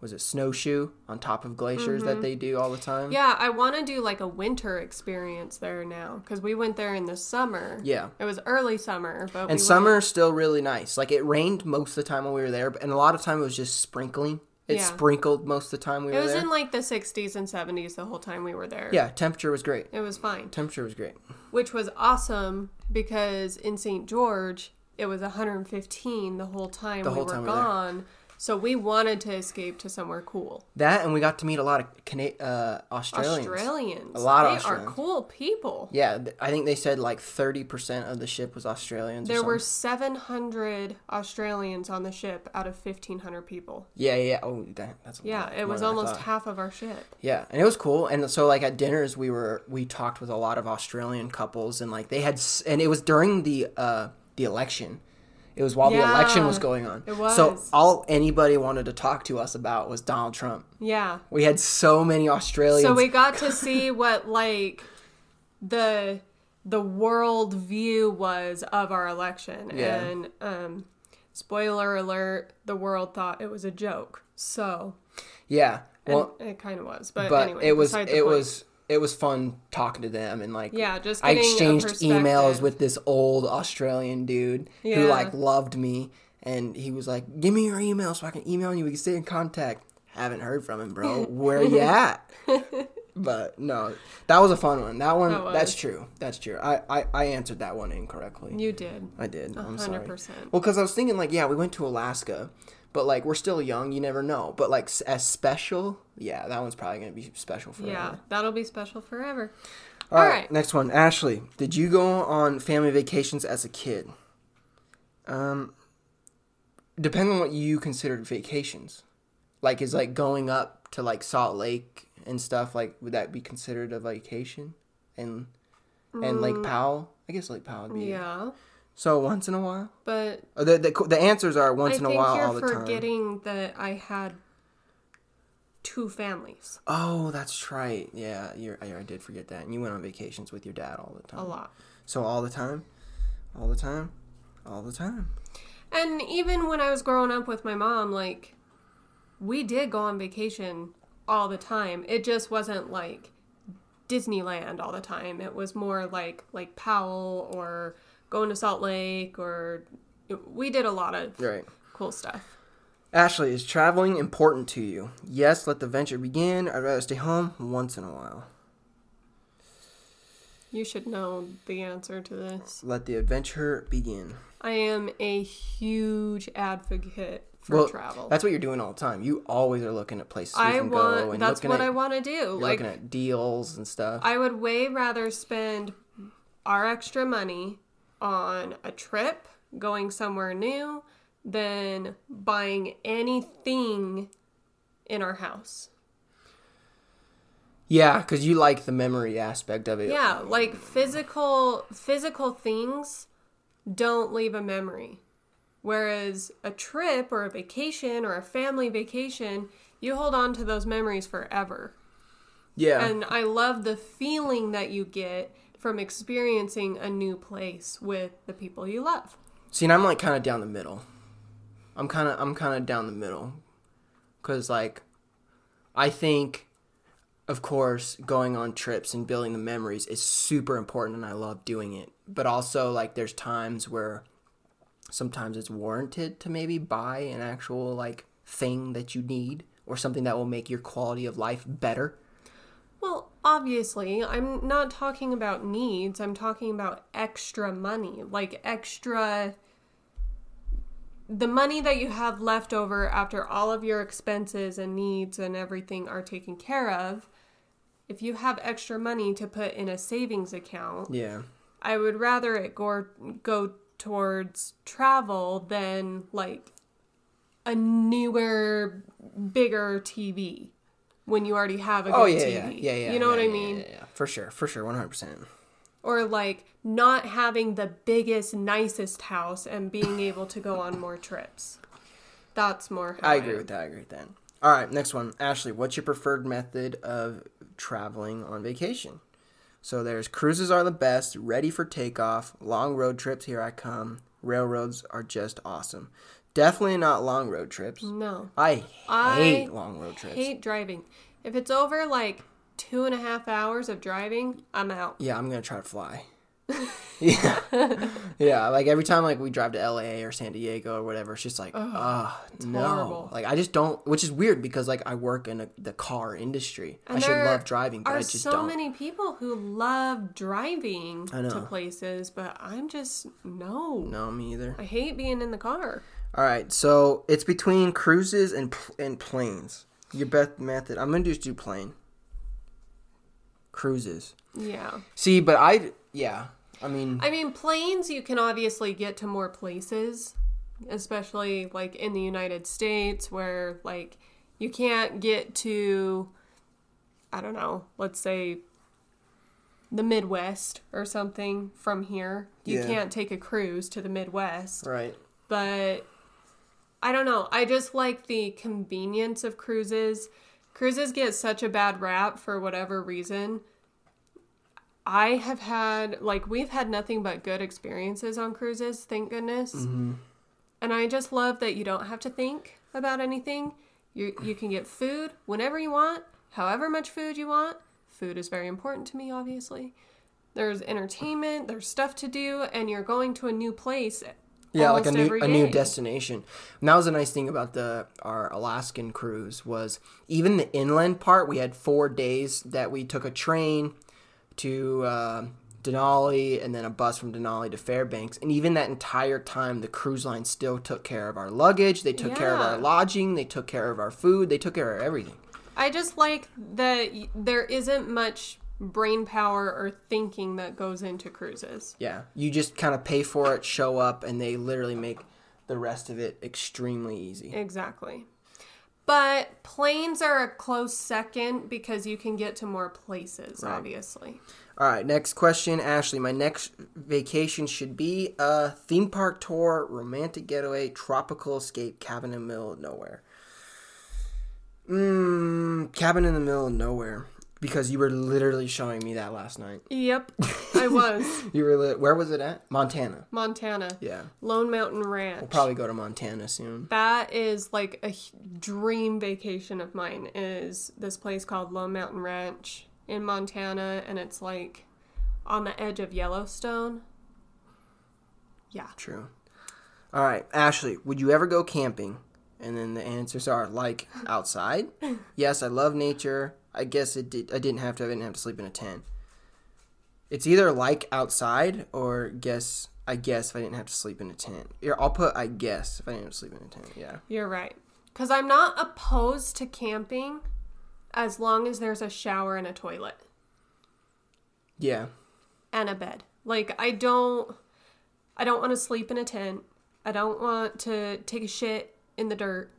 Speaker 1: was it snowshoe on top of glaciers that they do all the time?
Speaker 2: Yeah, I want to do like a winter experience there now because we went there in the summer.
Speaker 1: Yeah.
Speaker 2: it was early summer, but we
Speaker 1: And summer's still really nice. Like it rained most of the time when we were there, but- and a lot of time it was just sprinkling. It
Speaker 2: Yeah.
Speaker 1: sprinkled most of the time we
Speaker 2: went, it
Speaker 1: were
Speaker 2: was
Speaker 1: there.
Speaker 2: in like the 60s and 70s the whole time we were there.
Speaker 1: yeah, temperature was great.
Speaker 2: it was fine,
Speaker 1: Temperature was great.
Speaker 2: which was awesome because in St. George it was 115 the whole time we
Speaker 1: whole
Speaker 2: were
Speaker 1: time we were there.
Speaker 2: gone. So we wanted to escape to somewhere cool.
Speaker 1: That and we got to meet a lot of Cana- uh, Australians.
Speaker 2: Australians.
Speaker 1: A lot of
Speaker 2: they
Speaker 1: Australians.
Speaker 2: are cool people.
Speaker 1: Yeah, th- I think they said like thirty percent of the ship was Australians. or
Speaker 2: There were
Speaker 1: something.
Speaker 2: 700 Australians on the ship out of 1,500 people.
Speaker 1: Yeah, yeah. Oh, that, that's a
Speaker 2: Yeah,
Speaker 1: lot
Speaker 2: it
Speaker 1: more
Speaker 2: was
Speaker 1: than I
Speaker 2: almost
Speaker 1: thought.
Speaker 2: half of our ship.
Speaker 1: Yeah, and it was cool. And so like at dinners, we were we talked with a lot of Australian couples, and like they had, s- and it was during the uh the election. It was while the election
Speaker 2: Yeah,
Speaker 1: was going on.
Speaker 2: it
Speaker 1: So
Speaker 2: was.
Speaker 1: all anybody wanted to talk to us about was Donald Trump.
Speaker 2: Yeah.
Speaker 1: We had so many Australians.
Speaker 2: So we got to see what like the the world view was of our election
Speaker 1: Yeah.
Speaker 2: and um spoiler alert the world thought it was a joke. So
Speaker 1: yeah.
Speaker 2: and
Speaker 1: Well,
Speaker 2: it kind of was, but,
Speaker 1: but
Speaker 2: anyway,
Speaker 1: it was
Speaker 2: beside
Speaker 1: it
Speaker 2: the point.
Speaker 1: was it was fun talking to them and like
Speaker 2: Yeah, just
Speaker 1: I
Speaker 2: getting a
Speaker 1: exchanged emails
Speaker 2: perspective.
Speaker 1: with this old Australian dude who
Speaker 2: Yeah.
Speaker 1: like loved me and he was like, "Give me your email so I can email you. We can stay in contact." Haven't heard from him, bro. Where you at? But no, that was a fun one. That one,
Speaker 2: That
Speaker 1: that's
Speaker 2: was.
Speaker 1: true. That's true. I, I, I answered that one incorrectly.
Speaker 2: You did.
Speaker 1: I did.
Speaker 2: A
Speaker 1: I'm
Speaker 2: hundred
Speaker 1: sorry.
Speaker 2: percent.
Speaker 1: Well, because I was thinking, like, yeah, we went to Alaska, but like, we're still young. You never know. But like, s- as special, yeah, that one's probably gonna be special for
Speaker 2: Yeah, that'll be special forever.
Speaker 1: All
Speaker 2: All
Speaker 1: right,
Speaker 2: right.
Speaker 1: next one. Ashley, did you go on family vacations as a kid? Um, depending on what you considered vacations, like, is like going up to like Salt Lake and stuff. Like, would that be considered a vacation? And and Lake Powell, I guess Lake Powell would be.
Speaker 2: Mm. Yeah, So
Speaker 1: So once in a while.
Speaker 2: but
Speaker 1: Uh, The, the, the answers are once
Speaker 2: I
Speaker 1: in a
Speaker 2: think
Speaker 1: while,
Speaker 2: you're
Speaker 1: all the time.
Speaker 2: forgetting that I had two families
Speaker 1: Oh, that's right. Yeah, you're, I, I did forget that. And you went on vacations with your dad all the time.
Speaker 2: a lot.
Speaker 1: So all the time, all the time, all the time.
Speaker 2: And even when I was growing up with my mom, like, we did go on vacation all the time. It just wasn't like Disneyland all the time. It was more like like Powell or going to Salt Lake or we did a lot of
Speaker 1: Right.
Speaker 2: cool stuff.
Speaker 1: Ashley, is traveling important to you? Yes, let the venture begin. I'd rather stay home once in a while.
Speaker 2: You should know the answer to this.
Speaker 1: Let the adventure begin.
Speaker 2: I am a huge advocate for
Speaker 1: well,
Speaker 2: travel.
Speaker 1: that's what you're doing all the time. You always are looking at places we
Speaker 2: I
Speaker 1: can go
Speaker 2: want
Speaker 1: and
Speaker 2: that's
Speaker 1: looking
Speaker 2: what
Speaker 1: at,
Speaker 2: I want to do.
Speaker 1: you're
Speaker 2: Like
Speaker 1: looking at deals and stuff.
Speaker 2: I would way rather spend our extra money on a trip going somewhere new than buying anything in our house.
Speaker 1: yeah, because you like the memory aspect of it.
Speaker 2: Yeah, like physical physical things don't leave a memory. Whereas a trip or a vacation or a family vacation, you hold on to those memories forever.
Speaker 1: Yeah.
Speaker 2: And I love the feeling that you get from experiencing a new place with the people you love.
Speaker 1: See, and I'm like kind of down the middle. I'm kind of I'm kind of down the middle, cause like, I think, of course, going on trips and building the memories is super important, and I love doing it. But also, like, there's times where sometimes it's warranted to maybe buy an actual like thing that you need or something that will make your quality of life better.
Speaker 2: Well, obviously, I'm not talking about needs. I'm talking about extra money, like extra the money that you have left over after all of your expenses and needs and everything are taken care of. If you have extra money to put in a savings account,
Speaker 1: Yeah.
Speaker 2: I would rather it go go towards travel than like a newer, bigger TV when you already have a good
Speaker 1: Oh yeah, yeah,
Speaker 2: TV.
Speaker 1: yeah, yeah.
Speaker 2: You know what
Speaker 1: yeah,
Speaker 2: I
Speaker 1: yeah,
Speaker 2: mean?
Speaker 1: yeah, yeah. For sure, for sure, one hundred percent.
Speaker 2: Or like not having the biggest, nicest house and being able to go on more trips. That's more. how
Speaker 1: I agree with that. I agree with that. All right, next one. Ashley, what's your preferred method of traveling on vacation? So there's cruises are the best, ready for takeoff, long road trips, here I come. Railroads are just awesome. Definitely not long road trips.
Speaker 2: No,
Speaker 1: I
Speaker 2: Mm. I
Speaker 1: hate long road trips.
Speaker 2: hate driving. If it's over like two and a half hours of driving, I'm out.
Speaker 1: Yeah, I'm gonna try to fly. yeah, yeah. Like every time, like we drive to LA or San Diego or whatever, it's just like, ah, no.
Speaker 2: horrible.
Speaker 1: Like I just don't. Which is weird because like I work in a, the car industry. I should
Speaker 2: there
Speaker 1: love driving, but
Speaker 2: are
Speaker 1: I just
Speaker 2: so
Speaker 1: don't.
Speaker 2: many people who love driving
Speaker 1: I know.
Speaker 2: to places, but I'm just no.
Speaker 1: No, me either.
Speaker 2: I hate being in the car.
Speaker 1: All right, so it's between cruises and pl- and planes. Your best method. I'm gonna just do plane. Cruises.
Speaker 2: Yeah.
Speaker 1: See, but I yeah. I mean,
Speaker 2: I mean, planes you can obviously get to more places, especially like in the United States where like you can't get to I don't know, let's say the Midwest or something from here. You
Speaker 1: Yeah.
Speaker 2: can't take a cruise to the Midwest.
Speaker 1: right.
Speaker 2: but I don't know. I just like the convenience of cruises. Cruises get such a bad rap for whatever reason. I have had, like, we've had nothing but good experiences on cruises, thank goodness.
Speaker 1: Mm-hmm.
Speaker 2: And I just love that you don't have to think about anything. You, you can get food whenever you want, however much food you want. Food is very important to me, obviously. There's entertainment, there's stuff to do, and you're going to a new place
Speaker 1: Yeah, like a
Speaker 2: almost
Speaker 1: new
Speaker 2: every
Speaker 1: a new
Speaker 2: day.
Speaker 1: destination. And that was a nice thing about the our Alaskan cruise was even the inland part. We had four days that we took a train to uh, Denali and then a bus from Denali to Fairbanks. And even that entire time, the cruise line still took care of our luggage. They took care of our
Speaker 2: Yeah.
Speaker 1: lodging. They took care of our food. They took care of everything.
Speaker 2: I just like that y- there isn't much brain power or thinking that goes into cruises.
Speaker 1: Yeah, you just kind of pay for it, show up, and they literally make the rest of it extremely easy.
Speaker 2: Exactly. But planes are a close second because you can get to more places, obviously.
Speaker 1: All right, next question, Ashley. My next vacation should be a theme park tour, romantic getaway, tropical escape, cabin in the middle of nowhere. Mmm, cabin in the middle of nowhere. Because you were literally showing me that last night.
Speaker 2: Yep, I was.
Speaker 1: You were li- where was it at? Montana.
Speaker 2: Montana.
Speaker 1: Yeah,
Speaker 2: Lone Mountain Ranch.
Speaker 1: probably go to Montana soon.
Speaker 2: that is like a h- dream vacation of mine is this place called Lone Mountain Ranch in Montana and it's like on the edge of Yellowstone. Yeah.
Speaker 1: True. All right, Ashley, would you ever go camping? And then the answers are like outside. yes, I love nature. I guess it did, I didn't have to. I didn't have to sleep in a tent. It's either like outside or guess. I guess if I didn't have to sleep in a tent. Here, I'll put I guess if I didn't have to sleep in a tent. Yeah.
Speaker 2: You're right. Cuz I'm not opposed to camping as long as there's a shower and a toilet
Speaker 1: Yeah.
Speaker 2: and a bed. Like I don't I don't want to sleep in a tent. I don't want to take a shit in the dirt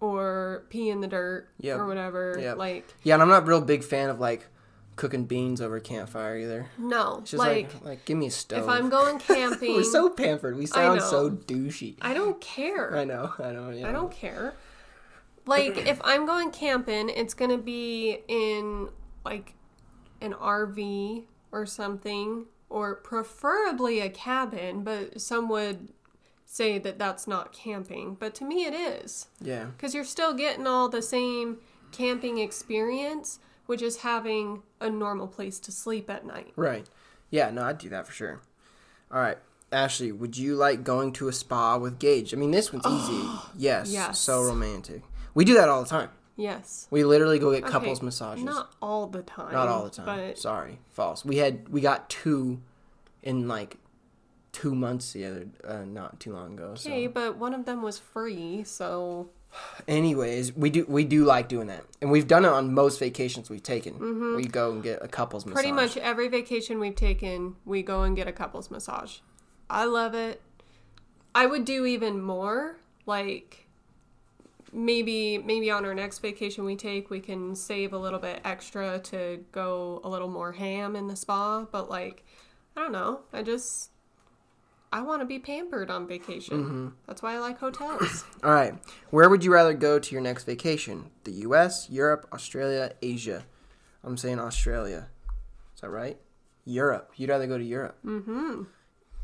Speaker 2: or pee in the dirt
Speaker 1: Yep.
Speaker 2: or whatever.
Speaker 1: Yep.
Speaker 2: Like
Speaker 1: Yeah, and I'm not a real big fan of like cooking beans over a campfire either.
Speaker 2: No,
Speaker 1: It's just
Speaker 2: like,
Speaker 1: like, like, give me a stove.
Speaker 2: if I'm going camping,
Speaker 1: We're so pampered. We sound
Speaker 2: know.
Speaker 1: so douchey.
Speaker 2: I don't care.
Speaker 1: I know. I know. Yeah.
Speaker 2: I don't care. Like if I'm going camping, it's gonna be in like an RV or something, or preferably a cabin. But some would say that that's not camping, but to me it is
Speaker 1: Yeah.
Speaker 2: because you're still getting all the same camping experience, which is having a normal place to sleep at night.
Speaker 1: Right. Yeah, no, I'd do that for sure. All right. Ashley, would you like going to a spa with Gage? I mean, this one's easy. yes.
Speaker 2: yes.
Speaker 1: So romantic. We do that all the time.
Speaker 2: Yes.
Speaker 1: We literally go get
Speaker 2: Okay,
Speaker 1: couples massages.
Speaker 2: Not all the time.
Speaker 1: Not all the time.
Speaker 2: But
Speaker 1: Sorry. False. We had we got two in like 2 months the other uh, not too long ago. So
Speaker 2: okay, but one of them was free, so
Speaker 1: anyways, we do we do like doing that. And we've done it on most vacations we've taken. We go and get a couples massage.
Speaker 2: Mm-hmm. pretty much every vacation we've taken, we go and get a couples massage. I love it. I would do even more. Like maybe maybe on our next vacation we take, we can save a little bit extra to go a little more ham in the spa, but like I don't know. I just I want to be pampered on vacation. That's why I like hotels.
Speaker 1: All right. Where would you rather go to your next vacation? The U.S., Europe, Australia, Asia. I'm saying Australia. Is that right? Europe. You'd rather go to Europe. Mm-hmm.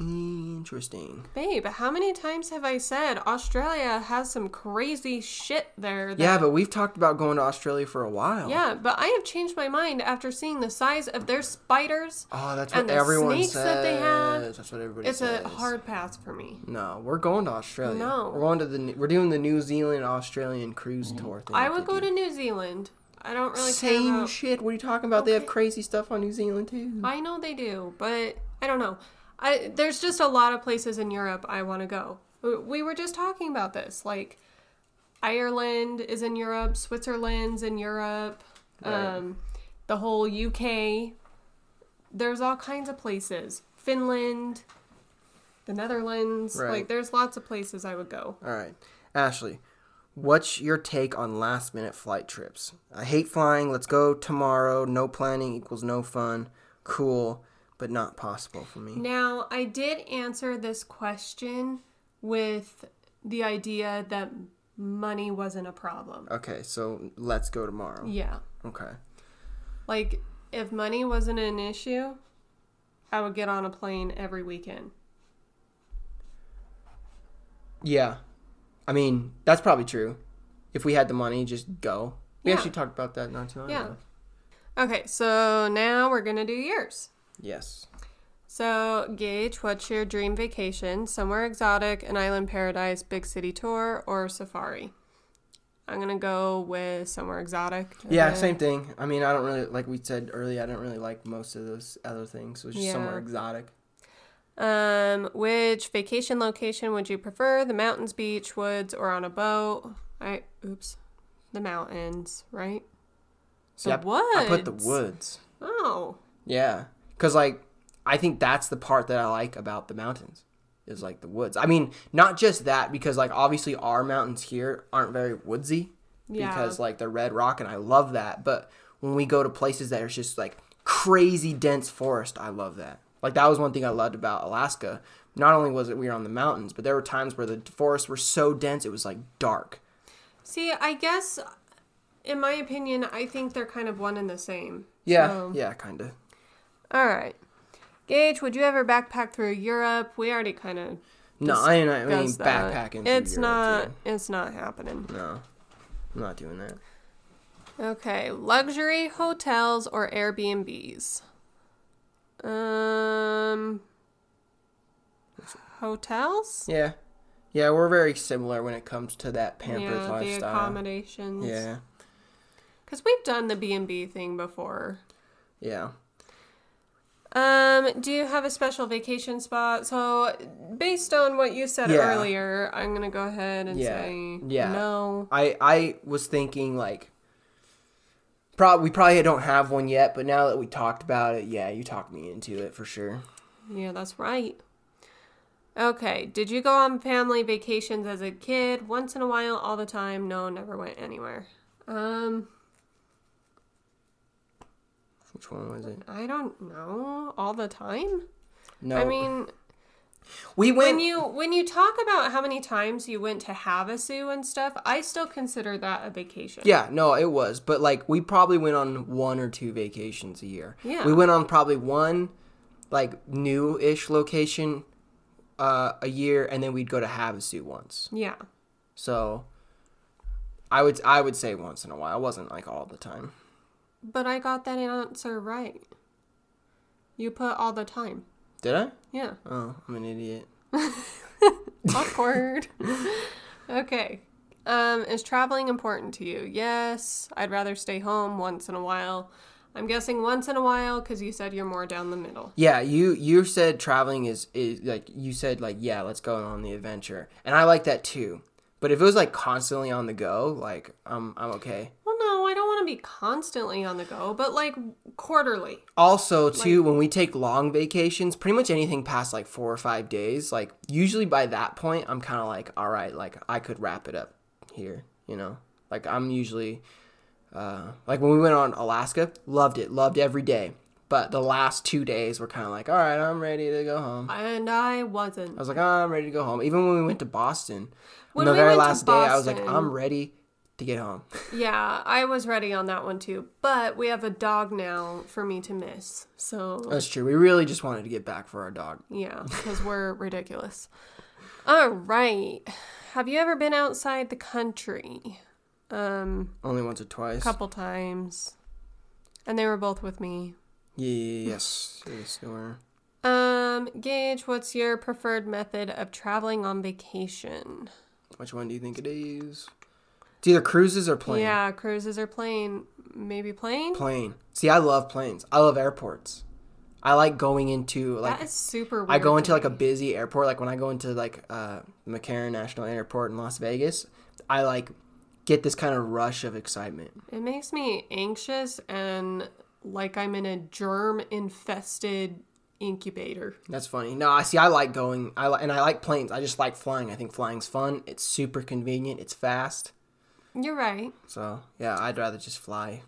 Speaker 1: Interesting.
Speaker 2: Babe, how many times have I said Australia has some crazy shit there? That,
Speaker 1: Yeah, but we've talked about going to Australia for a while.
Speaker 2: yeah, but I have changed my mind after seeing the size of their spiders.
Speaker 1: Oh, that's
Speaker 2: And
Speaker 1: what
Speaker 2: the
Speaker 1: everyone
Speaker 2: snakes
Speaker 1: says.
Speaker 2: that they have.
Speaker 1: That's what everybody
Speaker 2: It's
Speaker 1: says.
Speaker 2: a hard pass for me.
Speaker 1: No, we're going to Australia.
Speaker 2: No. Mm-hmm.
Speaker 1: we're going to the. We're doing the New Zealand Australian cruise tour thing.
Speaker 2: I
Speaker 1: that
Speaker 2: would
Speaker 1: they
Speaker 2: go
Speaker 1: do.
Speaker 2: to New Zealand. I don't really care
Speaker 1: Same
Speaker 2: about.
Speaker 1: shit. What are you talking about? They have crazy stuff on New Zealand too.
Speaker 2: I know they do, but I don't know. I there's just a lot of places in Europe I want to go. We- We were just talking about this. Like Ireland is in Europe, Switzerland's in Europe, um, the whole UK. There's all kinds of places. Finland, the Netherlands.
Speaker 1: Right.
Speaker 2: Like there's lots of places I would go.
Speaker 1: All right, Ashley, what's your take on last minute flight trips? I hate flying. Let's go tomorrow. No planning equals no fun. Cool, but not possible for me.
Speaker 2: Now, I did answer this question with the idea that money wasn't a problem.
Speaker 1: Okay, so let's go tomorrow.
Speaker 2: Yeah.
Speaker 1: Okay.
Speaker 2: Like, if money wasn't an issue, I would get on a plane every weekend.
Speaker 1: Yeah, I mean that's probably true. If we had the money, just go. We
Speaker 2: Yeah.
Speaker 1: actually talked about that not too long
Speaker 2: Yeah.
Speaker 1: ago.
Speaker 2: Okay, so now we're gonna do yours.
Speaker 1: Yes.
Speaker 2: So, Gage, what's your dream vacation? Somewhere exotic, an island paradise, big city tour, or safari? I'm gonna go with somewhere exotic.
Speaker 1: Yeah,
Speaker 2: Uh,
Speaker 1: same thing. I mean, I don't really like we said earlier. I don't really like most of those other things. So it's just
Speaker 2: Yeah.
Speaker 1: somewhere exotic.
Speaker 2: Um, which vacation location would you prefer? The mountains, beach, woods, or on a boat? I oops, the mountains, right? So
Speaker 1: Yeah,
Speaker 2: what?
Speaker 1: I put the woods.
Speaker 2: Oh,
Speaker 1: Yeah, because like I think that's the part that I like about the mountains is like the woods. I mean, not just that because like obviously our mountains here aren't very woodsy
Speaker 2: Yeah.
Speaker 1: because like they're red rock and I love that. But when we go to places that are just like crazy dense forest, I love that. Like that was one thing I loved about Alaska. Not only was it we were on the mountains, but there were times where the forests were so dense it was like dark.
Speaker 2: see, I guess, in my opinion, I think they're kind of one and the same.
Speaker 1: Yeah,
Speaker 2: So-
Speaker 1: yeah, kind of.
Speaker 2: All right, Gage, would you ever backpack through Europe? We already kind of
Speaker 1: No, I ain't, I ain't
Speaker 2: discussed that.
Speaker 1: backpacking. through
Speaker 2: It's
Speaker 1: Europe,
Speaker 2: not. It's not happening.
Speaker 1: dude. No, I'm not doing that.
Speaker 2: Okay, luxury hotels or Airbnbs? Um, hotels.
Speaker 1: Yeah. Yeah, we're very similar when it comes to that pampered
Speaker 2: yeah, the
Speaker 1: lifestyle.
Speaker 2: accommodations.
Speaker 1: Yeah.
Speaker 2: because we've done the B and B thing before.
Speaker 1: Yeah.
Speaker 2: Um, do you have a special vacation spot? So, based on what you said
Speaker 1: Yeah.
Speaker 2: earlier, I'm gonna go ahead and
Speaker 1: Yeah.
Speaker 2: say
Speaker 1: Yeah.
Speaker 2: no.
Speaker 1: I I was thinking like prob we probably don't have one yet, but now that we talked about it, yeah, you talked me into it for sure.
Speaker 2: Yeah, that's right. Okay, did you go on family vacations as a kid? Once in a while, all the time? No, never went anywhere. Um,
Speaker 1: Which one was it?
Speaker 2: I don't know. All the time?
Speaker 1: No.
Speaker 2: I mean,
Speaker 1: we
Speaker 2: when
Speaker 1: went
Speaker 2: you when you talk about how many times you went to Havasu and stuff, I still consider that a vacation.
Speaker 1: Yeah, no, it was. But like we probably went on one or two vacations a year.
Speaker 2: Yeah.
Speaker 1: We went on probably one like new ish location uh a year and then we'd go to Havasu once.
Speaker 2: Yeah.
Speaker 1: So I would I would say once in a while. It wasn't like all the time.
Speaker 2: But I got that answer right. You put all the time.
Speaker 1: Did I?
Speaker 2: Yeah.
Speaker 1: Oh, I'm an idiot.
Speaker 2: Awkward. okay. Um, is traveling important to you? Yes. I'd rather stay home once in a while. I'm guessing once in a while because you said you're more down the middle.
Speaker 1: Yeah, you you said traveling is is like you said like yeah, let's go on the adventure. And I like that too. But if it was like constantly on the go, like I'm I'm okay.
Speaker 2: Well, no, I don't want to be constantly on the go, but like quarterly.
Speaker 1: Also, too, when we take long vacations, pretty much anything past like four or five days, like usually by that point, I'm kind of like, all right, like I could wrap it up here, you know? Like I'm usually, uh, like when we went on Alaska, loved it, loved every day. But the last two days were kind of like, all right, I'm ready to go home.
Speaker 2: And I wasn't.
Speaker 1: I was like, oh, I'm ready to go home. Even when we went to Boston,
Speaker 2: When
Speaker 1: on
Speaker 2: we
Speaker 1: the very
Speaker 2: went to
Speaker 1: last day, I was like,
Speaker 2: Boston-
Speaker 1: I'm ready to get home.
Speaker 2: Yeah, I was ready on that one too. But we have a dog now for me to miss. So,
Speaker 1: That's true. We really just wanted to get back for our dog.
Speaker 2: yeah, because we're ridiculous. All right. Have you ever been outside the country? Um,
Speaker 1: Only once or twice.
Speaker 2: couple times, and they were both with me.
Speaker 1: Yes, yes, they were.
Speaker 2: Um, Gage, what's your preferred method of traveling on vacation?
Speaker 1: Which one do you think it is? It's either cruises or plane.
Speaker 2: Yeah, cruises or plane? Maybe plane.
Speaker 1: Plane. See, I love planes. I love airports. I like going into like
Speaker 2: that is super. weird
Speaker 1: I go
Speaker 2: to
Speaker 1: into like a
Speaker 2: me.
Speaker 1: busy airport. Like when I go into like uh, McCarran National Airport in Las Vegas, I like get this kind of rush of excitement.
Speaker 2: It makes me anxious and like I'm in a germ-infested incubator.
Speaker 1: That's funny. No, I see. I like going. I li- and I like planes. I just like flying. I think flying's fun. It's super convenient. It's fast.
Speaker 2: You're right.
Speaker 1: So yeah, I'd rather just fly.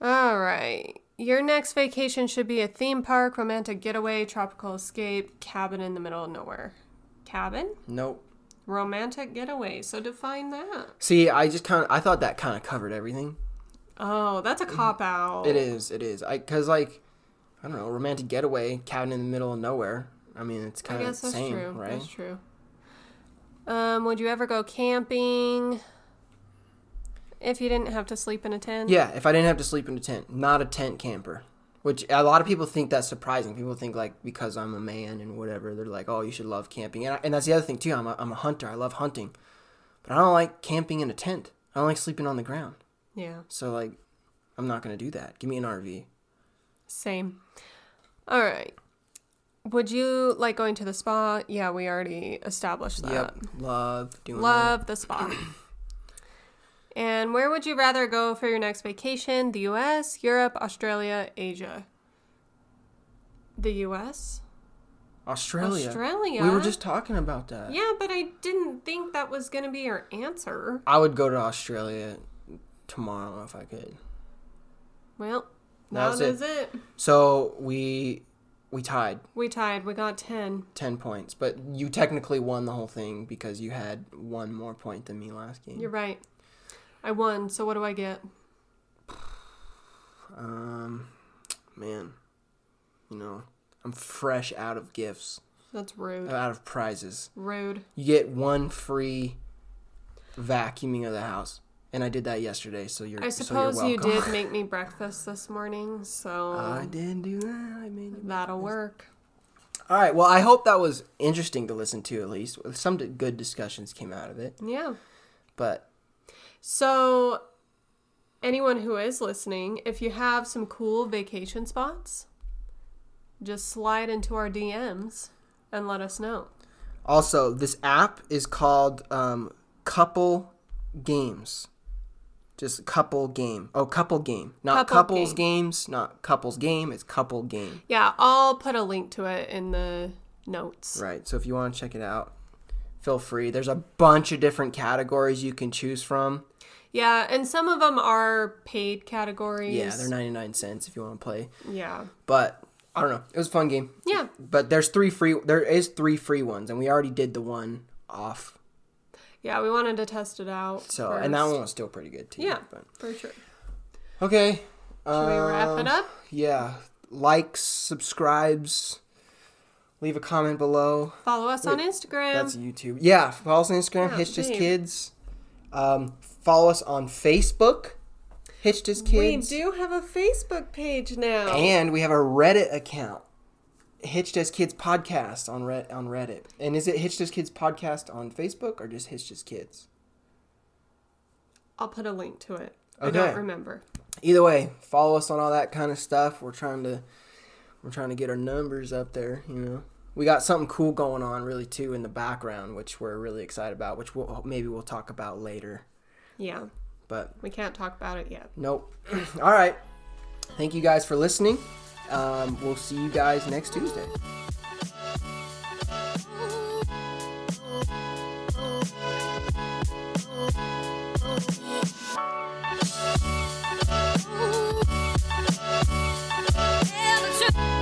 Speaker 2: All right. Your next vacation should be a theme park, romantic getaway, tropical escape, cabin in the middle of nowhere. Cabin?
Speaker 1: Nope.
Speaker 2: Romantic getaway. So define that.
Speaker 1: See, I just kind of I thought that kind of covered everything.
Speaker 2: Oh, that's a cop out.
Speaker 1: It is. It is. I because like I don't know, romantic getaway, cabin in the middle of nowhere. I mean, it's
Speaker 2: I
Speaker 1: kind of
Speaker 2: guess
Speaker 1: the
Speaker 2: that's
Speaker 1: same,
Speaker 2: true.
Speaker 1: right?
Speaker 2: That's true. Um, would you ever go camping if you didn't have to sleep in a tent?
Speaker 1: Yeah. If I didn't have to sleep in a tent, not a tent camper. Which a lot of people think that's surprising. People think like because I'm a man and whatever, they're like, oh, you should love camping. And, I, and that's the other thing too. I'm a, I'm a hunter. I love hunting, but I don't like camping in a tent. I don't like sleeping on the ground.
Speaker 2: Yeah.
Speaker 1: So like, I'm not gonna do that. Give me an RV.
Speaker 2: Same. All right. Would you like going to the spa? Yeah, we already established that.
Speaker 1: Yep. Love doing
Speaker 2: Love the spa. and where would you rather go for your next vacation? The US, Europe, Australia, Asia? The US?
Speaker 1: that. Australia.
Speaker 2: Australia?
Speaker 1: We were just talking about that.
Speaker 2: Yeah, but I didn't think that was going to be your answer.
Speaker 1: I would go to Australia tomorrow if I could.
Speaker 2: Well,
Speaker 1: That
Speaker 2: that
Speaker 1: was
Speaker 2: is
Speaker 1: it.
Speaker 2: it.
Speaker 1: So we we tied
Speaker 2: We tied. We got 10.
Speaker 1: ten points, but you technically won the whole thing because you had one more point than me last game.
Speaker 2: You're right. I won, so what do I get?
Speaker 1: Um, man, you know I'm fresh out of gifts,
Speaker 2: That's rude.
Speaker 1: out of prizes.
Speaker 2: rude.
Speaker 1: You get one free vacuuming of the house, and I did that yesterday. So you're
Speaker 2: I
Speaker 1: so
Speaker 2: suppose
Speaker 1: you're
Speaker 2: you
Speaker 1: welcome. Uh,
Speaker 2: did make me breakfast this morning, so
Speaker 1: I did do that. I made you
Speaker 2: that'll work.
Speaker 1: All right. Well, I hope that was interesting to listen to at least. Some d- good discussions came out of it.
Speaker 2: Yeah.
Speaker 1: But
Speaker 2: So, anyone who is listening, if you have some cool vacation spots, just slide into our DMs and let us know.
Speaker 1: also, this app is called um, Couple Games. Just couple game. Oh, couple game. Not
Speaker 2: Couple
Speaker 1: couples
Speaker 2: Game.
Speaker 1: games, not couples game. It's couple game.
Speaker 2: Yeah, I'll put a link to it in the notes.
Speaker 1: Right. So if you want to check it out, feel free. There's a bunch of different categories you can choose from.
Speaker 2: Yeah, and some of them are paid categories.
Speaker 1: Yeah, they're 99 cents if you want to play.
Speaker 2: Yeah.
Speaker 1: But I don't know. It was a fun game.
Speaker 2: Yeah.
Speaker 1: But there's three free. There is three free ones, and we already did the one off.
Speaker 2: Yeah, we wanted to test it out.
Speaker 1: So
Speaker 2: first.
Speaker 1: and that one was still pretty good too.
Speaker 2: Yeah,
Speaker 1: But,
Speaker 2: for sure.
Speaker 1: okay.
Speaker 2: Should we wrap
Speaker 1: um,
Speaker 2: it up?
Speaker 1: Yeah. Likes, subscribes, leave a comment below.
Speaker 2: Follow us on Instagram.
Speaker 1: That's YouTube. Yeah. Follow us on Instagram.
Speaker 2: Yeah,
Speaker 1: Hitched as
Speaker 2: babe.
Speaker 1: kids. Um, follow us on Facebook. Hitched as kids.
Speaker 2: We do have a Facebook page now.
Speaker 1: And we have a Reddit account. Hitched as Kids podcast on Red on Reddit. And is it Hitched as Kids podcast on Facebook or just Hitched as Kids?
Speaker 2: I'll put a link to it. I don't
Speaker 1: Okay.
Speaker 2: remember.
Speaker 1: Either way, follow us on all that kind of stuff. We're trying to we're trying to get our numbers up there, you know. We got something cool going on really too in the background which we're really excited about, which we'll maybe we'll talk about later.
Speaker 2: Yeah,
Speaker 1: But
Speaker 2: we can't talk about it yet.
Speaker 1: nope. all right. Thank you guys for listening. Um, we'll see you guys next Tuesday.
Speaker 3: Tell the truth.